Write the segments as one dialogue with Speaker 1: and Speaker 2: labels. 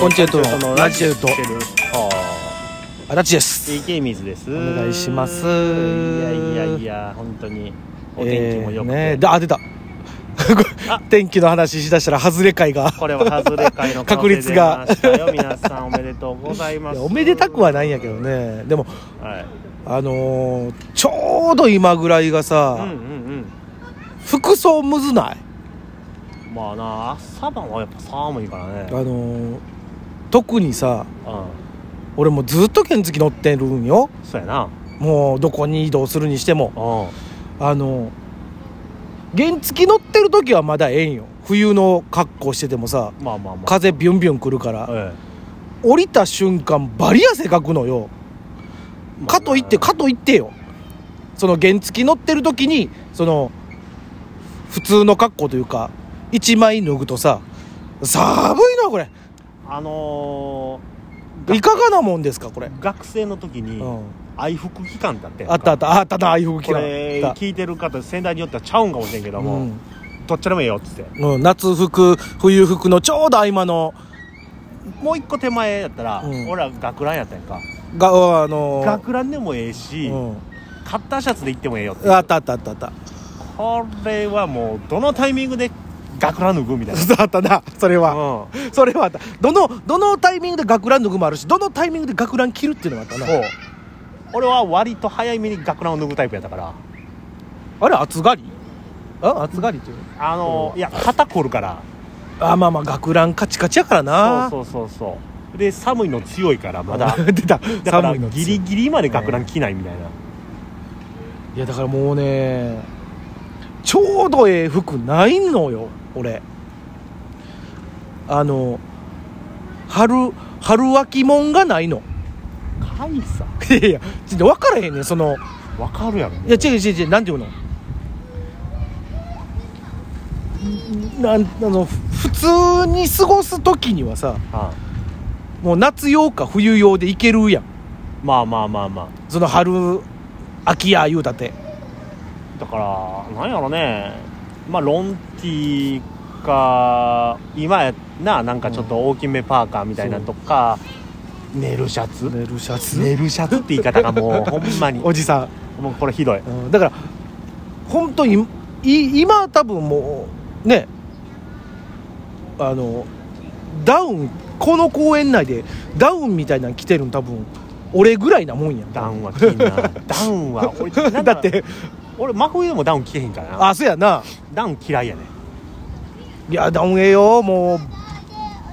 Speaker 1: コンチェルト
Speaker 2: コンチェ
Speaker 1: のラジエルト
Speaker 2: ラしてるあ
Speaker 1: 足立です
Speaker 2: ー TK 水ですお
Speaker 1: お願いします
Speaker 2: いやいやいや本当にお天気も良くて、
Speaker 1: えーねだあ出た
Speaker 2: あ
Speaker 1: 天気の話しだしたら外れ会が
Speaker 2: これは外れ 会の可能
Speaker 1: 確
Speaker 2: 性
Speaker 1: 率が
Speaker 2: 出ましたよ皆さんおめでとうございま
Speaker 1: い
Speaker 2: す
Speaker 1: やおめでたくはないんやけどねでも
Speaker 2: はい
Speaker 1: あのーちょうど今ぐらいが
Speaker 2: う
Speaker 1: さ、
Speaker 2: んうん
Speaker 1: 服装むずない
Speaker 2: うんまあな朝晩はやっぱ寒いから
Speaker 1: あ
Speaker 2: ね
Speaker 1: のー特にさ
Speaker 2: う
Speaker 1: 俺もうずっと原付乗ってるんよ
Speaker 2: んそうやな
Speaker 1: もうどこに移動するにしても
Speaker 2: うん
Speaker 1: あの原付乗ってる時はまだええんよ冬の格好しててもさ
Speaker 2: まあまあまあ
Speaker 1: 風ビュンビュン来るから、
Speaker 2: え
Speaker 1: 降りた瞬間バリ汗かくのよ
Speaker 2: え
Speaker 1: かといってかといってよその原付乗ってる時にその普通の格好というか一枚脱ぐとさ寒いなこれ
Speaker 2: あのー
Speaker 1: いかがなもんですかこれ、
Speaker 2: 学生の時
Speaker 1: う
Speaker 2: に
Speaker 1: ん、
Speaker 2: 愛服期間だって
Speaker 1: あったあったあったなああいう服着
Speaker 2: こ
Speaker 1: な
Speaker 2: れ
Speaker 1: あった
Speaker 2: 聞いてる方先代によってはちゃうんかもしれんけど
Speaker 1: う
Speaker 2: も
Speaker 1: ん
Speaker 2: どっちでもいいよっつって
Speaker 1: うん、夏服冬服のちょうど合間の
Speaker 2: もう一個手前やったら
Speaker 1: うん
Speaker 2: 俺ら学ランやったやんか
Speaker 1: があの
Speaker 2: 学ランでもええし
Speaker 1: うん
Speaker 2: カッターシャツで行ってもええよって
Speaker 1: あったあったあったあった
Speaker 2: これはもうどのタイミングで学ラン脱ぐみたいな
Speaker 1: あったなそれは
Speaker 2: うん
Speaker 1: それはあったどのどのタイミングで学ラン脱ぐもあるしどのタイミングで学ラン着るっていうのがあったな
Speaker 2: そう俺は割と早めに学ランを脱ぐタイプやったから
Speaker 1: あれ暑がりあ暑がりっていうの
Speaker 2: あのいや肩凝るから
Speaker 1: あまあまあ学ランカチカチやからな
Speaker 2: そうそうそうそうで寒いの強い からまだ
Speaker 1: 出
Speaker 2: だ
Speaker 1: た
Speaker 2: から
Speaker 1: 寒いの
Speaker 2: ギリギリまで学ラン着ないみたいな、
Speaker 1: いやだからもうねちょうどええ服ないのよ俺あの春春秋もんがないの
Speaker 2: かいさ
Speaker 1: いやいやちょっと分からへんねんその
Speaker 2: わかるやろもう
Speaker 1: いや違う違う違うなんていうのんなんあのふ普通に過ごす時にはさ
Speaker 2: あ
Speaker 1: もう夏用か冬用でいけるやん
Speaker 2: まあまあまあま
Speaker 1: その春秋や言うたって
Speaker 2: あだからなんやろねまあロンティーか今やななんかちょっと大きめパーカーみたいなとか、寝るシャツ
Speaker 1: 寝るシャツ、
Speaker 2: 寝るシャツって言い方がも うほんまに
Speaker 1: おじさん
Speaker 2: もうこれひどい
Speaker 1: うんだから本当にい今は多分もうねあのダウンこの公園内でダウンみたいなの着てるん多分俺ぐらいなもんやん
Speaker 2: ダウンは着んなダウン は俺なん
Speaker 1: だって
Speaker 2: 俺真冬でもダウン着てへんからな
Speaker 1: あそうやな
Speaker 2: ダウン嫌いやね
Speaker 1: いやダウンええよもう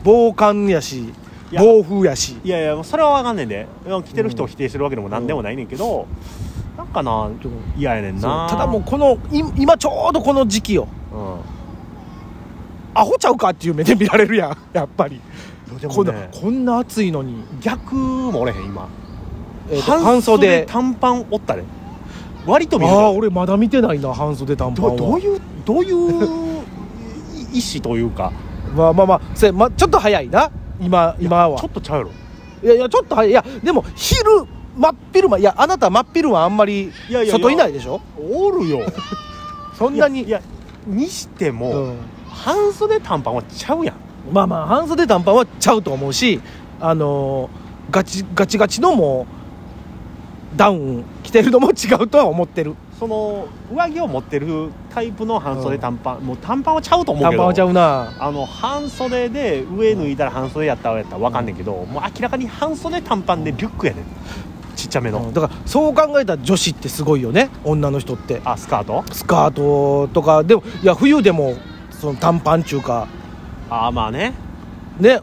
Speaker 1: 防寒やし
Speaker 2: いや
Speaker 1: 暴風やし
Speaker 2: いやいやそれはわかんねんでいや着てる人を否定してるわけでもなんでもないねんけど、なんかな
Speaker 1: でも
Speaker 2: 嫌やねん
Speaker 1: そ
Speaker 2: な
Speaker 1: うただもうこのい今ちょうどこの時期よ
Speaker 2: う
Speaker 1: アホちゃうかっていう目で見られるやん やっぱり、
Speaker 2: ん、で
Speaker 1: こ
Speaker 2: も
Speaker 1: んな
Speaker 2: ね
Speaker 1: こんな暑いのに、
Speaker 2: 逆もおれへん今
Speaker 1: えーと半袖
Speaker 2: 短パンおったね割と見
Speaker 1: あ
Speaker 2: る
Speaker 1: あー
Speaker 2: ど
Speaker 1: 俺まだ見てないな半袖短パンは
Speaker 2: どういうどういうい意思というか
Speaker 1: まあまあまあせ、ま、ちょっと早いな今今
Speaker 2: いや
Speaker 1: は
Speaker 2: ちょっとちゃうやろ
Speaker 1: いやいやちょっと早いいやでも昼真っ昼間いやあなた真っ昼間あんまり
Speaker 2: いやいやいや
Speaker 1: 外いないでしょ
Speaker 2: おるよ
Speaker 1: そんな
Speaker 2: い
Speaker 1: に
Speaker 2: やいやにしても、
Speaker 1: うん
Speaker 2: 半袖短パンはちゃうやん
Speaker 1: まあまあ半袖短パンはちゃうと思うしあのーガチガチガチのもうダウン着てるのも違うとは思ってる
Speaker 2: その上着を持ってるタイプの半袖短パン、もう短パンはちゃうと思うけど
Speaker 1: 短パンはちゃうな
Speaker 2: あの半袖で上脱いだら半袖やったらやったらわかんねんけど、もう明らかに半袖短パンでリュックやねんちっちゃめの、
Speaker 1: うんだからそう考えたら女子ってすごいよね女の人って
Speaker 2: あスカート
Speaker 1: スカートとかでもいや冬でもその短パンっちゅうか
Speaker 2: ああまあね
Speaker 1: ね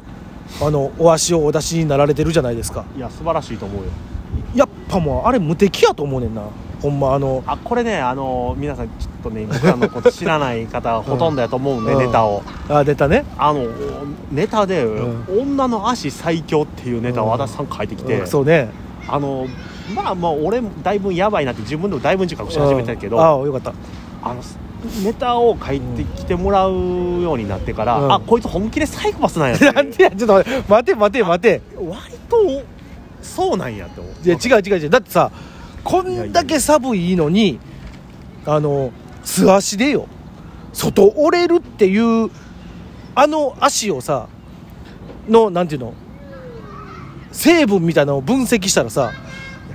Speaker 1: あのお足をお出しになられてるじゃないですか
Speaker 2: いや素晴らしいと思うよ
Speaker 1: やっぱもうあれ無敵やと思うねんなほんまあの
Speaker 2: あこれねあの皆さんちょっとね僕らのこと知らない方ほとんどやと思うんで、
Speaker 1: うん
Speaker 2: ネタを
Speaker 1: あ出たね
Speaker 2: あのネタで、
Speaker 1: う
Speaker 2: 女の足最強」っていうネタを足立さん書いてきて、
Speaker 1: うんそうね
Speaker 2: あのまあまあ俺もだいぶやばいなって自分でもだいぶ自覚し始めたけど、
Speaker 1: うんああよかった
Speaker 2: あのネタを書いてきてもらうようになってから、
Speaker 1: うん
Speaker 2: あこいつ本気でサイコパスなんやって
Speaker 1: なんでやちょっと待って待て待て待て
Speaker 2: 割とそうなんやって思う
Speaker 1: いや違う違う違うだってさこんだけ寒いのにあの素足でよ外折れるっていうあの足をさのなんていうの成分みたいなのを分析したらさ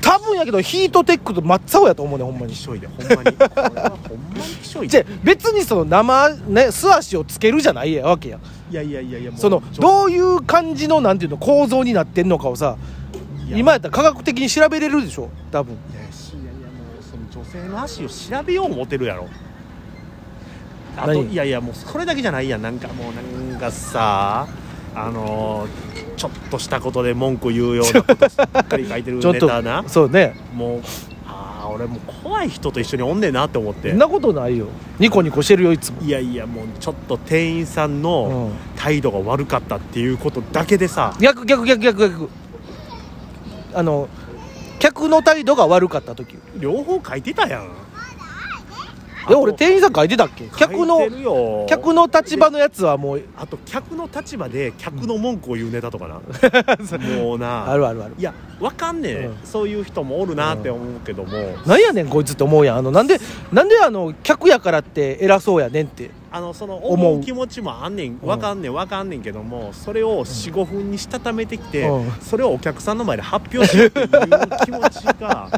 Speaker 1: 多分やけどヒートテックと真っ青やと思うねんほんまに
Speaker 2: きしょいでほ んまにこれはほんまにきしょい
Speaker 1: じゃ
Speaker 2: で
Speaker 1: あ別にその生ね素足をつけるじゃないやわけや
Speaker 2: いやいやいやいやもう
Speaker 1: その
Speaker 2: ちょ
Speaker 1: どういう感じのなんていうの構造になってんのかをさ
Speaker 2: いや
Speaker 1: 今やったら科学的に調べれるでしょ多分
Speaker 2: いやいやいやもうその女性の足を調べよう思てるやろあと
Speaker 1: 何
Speaker 2: いやいやもうそれだけじゃないやんなんかもうなんかさあのーちょっとしたことで文句言うようなことばっかり書いてる
Speaker 1: ちょっ
Speaker 2: ネ
Speaker 1: と
Speaker 2: タな
Speaker 1: そうね
Speaker 2: もうああ俺もう怖い人と一緒におんねんなって思っ
Speaker 1: そ
Speaker 2: て
Speaker 1: んなことないよニコニコしてるよいつも
Speaker 2: いやいやもうちょっと店員さんの
Speaker 1: う
Speaker 2: 態度が悪かったっていうことだけでさ
Speaker 1: 逆逆逆逆逆あの客の態度が悪かった時
Speaker 2: 両方書いてたやん
Speaker 1: え俺店員さん書いてたっけ
Speaker 2: あと
Speaker 1: 客
Speaker 2: 書
Speaker 1: の
Speaker 2: いてるよ
Speaker 1: 客の立場のやつはもう
Speaker 2: あと客の立場で客の文句を言うネタとかな、もうな
Speaker 1: あるあるある
Speaker 2: いやわかんねえ、
Speaker 1: うん
Speaker 2: そういう人もおるなって思うけども、
Speaker 1: なんやねんこいつって思うやんあのなんでなんであの客やからって偉そうやねんって
Speaker 2: あのその
Speaker 1: 思う
Speaker 2: 思う気持ちもあんねんわかんねんわかんねんけどもそれを45分にしたためてきて、
Speaker 1: うん
Speaker 2: それをお客さんの前で発表しようっていう気持ち が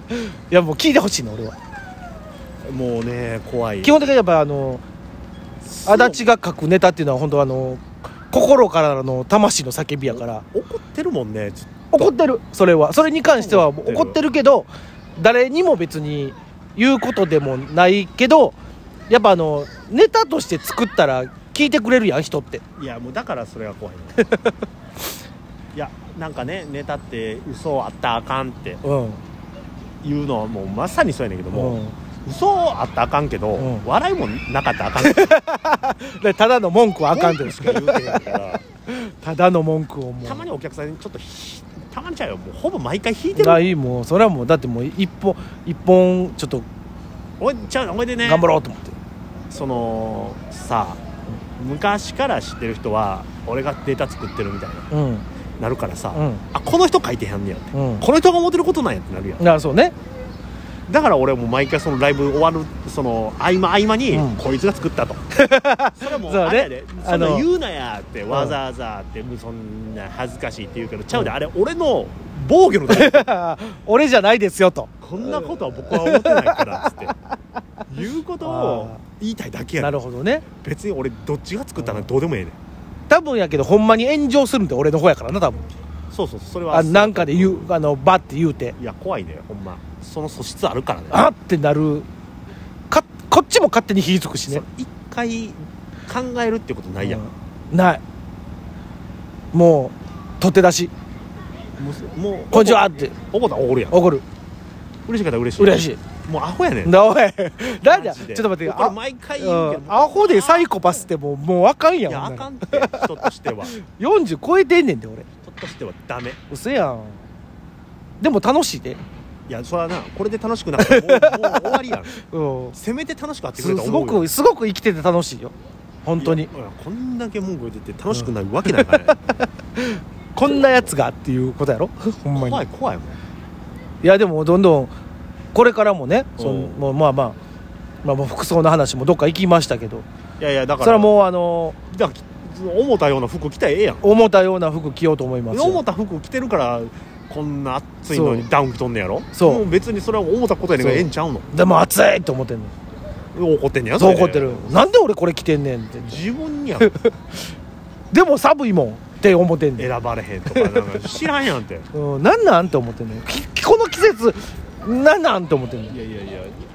Speaker 1: いやもう聞いてほしいの俺は
Speaker 2: もうね怖い
Speaker 1: 基本的にやっぱあの
Speaker 2: そう
Speaker 1: 足立が書くネタっていうのは本当あの心からの魂の叫びやから
Speaker 2: 怒ってるもんねずっと
Speaker 1: 怒ってるそれはそれに関してはも
Speaker 2: 怒
Speaker 1: う怒
Speaker 2: っ
Speaker 1: っててるけど誰にも別に言うことでもないけどやっぱあのネタとして作ったら聞いてくれるやん人って
Speaker 2: いやもうだからそれが 怖いのいやなんかねネタって嘘あったらあかんって
Speaker 1: うん
Speaker 2: いうのはもうまさにそうやねんけども、
Speaker 1: うん
Speaker 2: 嘘あったらあかんけど、
Speaker 1: うん
Speaker 2: 笑いもなかったらあ かん
Speaker 1: でただの文句はあかんで
Speaker 2: 文句
Speaker 1: す
Speaker 2: しか言うてへんから
Speaker 1: ただの文句をも う
Speaker 2: たまにお客さんにちょっとひたまにちゃうよもうほぼ毎回引いてる
Speaker 1: ないもうそれはもうだってもう一本一本ちょっと
Speaker 2: おいちゃうおいでね
Speaker 1: 頑張ろうと思って、
Speaker 2: そのさ昔から知ってる人は俺がデータ作ってるみたいな
Speaker 1: うん
Speaker 2: なるからさ、
Speaker 1: うん
Speaker 2: あこの人書いてへんねやって、
Speaker 1: うん
Speaker 2: この人が思ってることなんやってなるやん
Speaker 1: だからそうね
Speaker 2: だから俺はもう毎回そのライブ終わるその合間合間に、
Speaker 1: うん
Speaker 2: こいつが作 ったとそれはもう
Speaker 1: そうね
Speaker 2: あれやでそ
Speaker 1: あ
Speaker 2: んな
Speaker 1: の
Speaker 2: 言うなやってわざわざってもうそんな恥ずかしいって言うけどちゃうであれ俺の防御のた め
Speaker 1: 俺じゃないですよと
Speaker 2: こんなことは僕は思ってないからっつって言うことを言いたいだけや
Speaker 1: な
Speaker 2: ねん
Speaker 1: るほどね
Speaker 2: 別に俺どっちが作ったのはどうでもええねん
Speaker 1: 多分やけどほんまに炎上するんで俺の方やからな多分
Speaker 2: そうそうそれは
Speaker 1: あなんかで言うあのバッて言うて
Speaker 2: いや怖いねほんまその素質あるからね
Speaker 1: あってなるかこっちも勝手に火つくし
Speaker 2: そ
Speaker 1: ね
Speaker 2: う一回考えるってことないやん、
Speaker 1: うんないもう取って出し
Speaker 2: もうもう
Speaker 1: 「こんにちは」って
Speaker 2: 怒ったら怒るやん
Speaker 1: 怒る
Speaker 2: 嬉しかったら嬉しい
Speaker 1: 嬉しい
Speaker 2: もうアホやねん
Speaker 1: なおいなん
Speaker 2: マ
Speaker 1: だ
Speaker 2: ジ
Speaker 1: ち
Speaker 2: で
Speaker 1: ょっと待って
Speaker 2: これ
Speaker 1: あ
Speaker 2: 毎回言うけ
Speaker 1: う
Speaker 2: ど
Speaker 1: んアホでサイコパスってもうもうあかん
Speaker 2: い
Speaker 1: やん
Speaker 2: や
Speaker 1: ほ
Speaker 2: あ
Speaker 1: んな
Speaker 2: からんって人としては人
Speaker 1: 40超えてんねんで俺
Speaker 2: としてはダメ
Speaker 1: 嘘やんでも楽しいで
Speaker 2: いやそれはなこれで楽しくなったらもうもう終わりや ん
Speaker 1: うん
Speaker 2: せめて楽しくあってくれ
Speaker 1: す
Speaker 2: たら
Speaker 1: す
Speaker 2: 思
Speaker 1: ご
Speaker 2: うよ
Speaker 1: くすごく生きてて楽しいよ本当
Speaker 2: い
Speaker 1: に
Speaker 2: やいやこんだけ文句言ってて楽しくないわけないからね
Speaker 1: こんなやつがっていうことやろほんまに
Speaker 2: 怖い怖いもん
Speaker 1: いやでもどんどんこれからもねその
Speaker 2: うん
Speaker 1: もうまあまあまあもう服装の話もどっか行きましたけど
Speaker 2: いやいやだか
Speaker 1: そ
Speaker 2: ら
Speaker 1: れはもうあの
Speaker 2: うだから思ったような服着たらええやん
Speaker 1: 思ったような服着ようと思いますよ
Speaker 2: 思った服着てるからこんな暑いの
Speaker 1: そ
Speaker 2: に
Speaker 1: う
Speaker 2: ダウン着とんねやろ
Speaker 1: そ
Speaker 2: も
Speaker 1: う
Speaker 2: 別にそれは思ったことやねんから
Speaker 1: そ
Speaker 2: え
Speaker 1: う
Speaker 2: えんちゃうの
Speaker 1: でも暑いと思ってんの
Speaker 2: 怒ってんねや
Speaker 1: そう
Speaker 2: れで
Speaker 1: 怒ってるなんで俺これ着てんねんって
Speaker 2: 自分にやん
Speaker 1: でも寒いもんって思ってんねん、
Speaker 2: 選ばれへんとかなんか知らんやんって
Speaker 1: うん、なんなんって思ってんねんきこの季節なんなんって思ってんねん
Speaker 2: いやいやい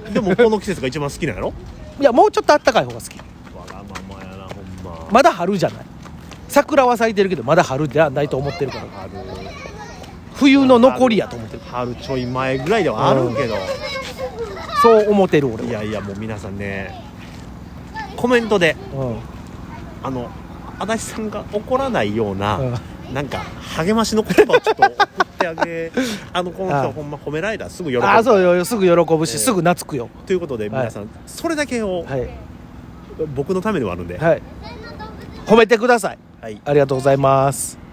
Speaker 2: やでもこの季節が一番好きなんやろ
Speaker 1: いやもうちょっとあったかい方が好き
Speaker 2: わがままやなほんま
Speaker 1: まだ春じゃない桜は咲いてるけどまだ春ではないと思ってるから
Speaker 2: 春
Speaker 1: 冬の残りやと思ってる
Speaker 2: 春ちょい前ぐらいではあるけど、
Speaker 1: そう思ってる俺
Speaker 2: いや
Speaker 1: は、
Speaker 2: いやもう皆さんねコメントで
Speaker 1: うん
Speaker 2: あの足立さんが怒らないような、
Speaker 1: うん
Speaker 2: なんか励ましの言葉をちょっと送ってあ げあのこの
Speaker 1: あ
Speaker 2: 人
Speaker 1: あ
Speaker 2: ほんま褒められたらすぐ喜ぶ
Speaker 1: あそうよすぐ喜ぶし、
Speaker 2: ええ
Speaker 1: すぐ懐くよ
Speaker 2: ということで皆さん、それだけを
Speaker 1: はい
Speaker 2: 僕のためではあるんで、
Speaker 1: はい褒めてください
Speaker 2: はい
Speaker 1: ありがとうございます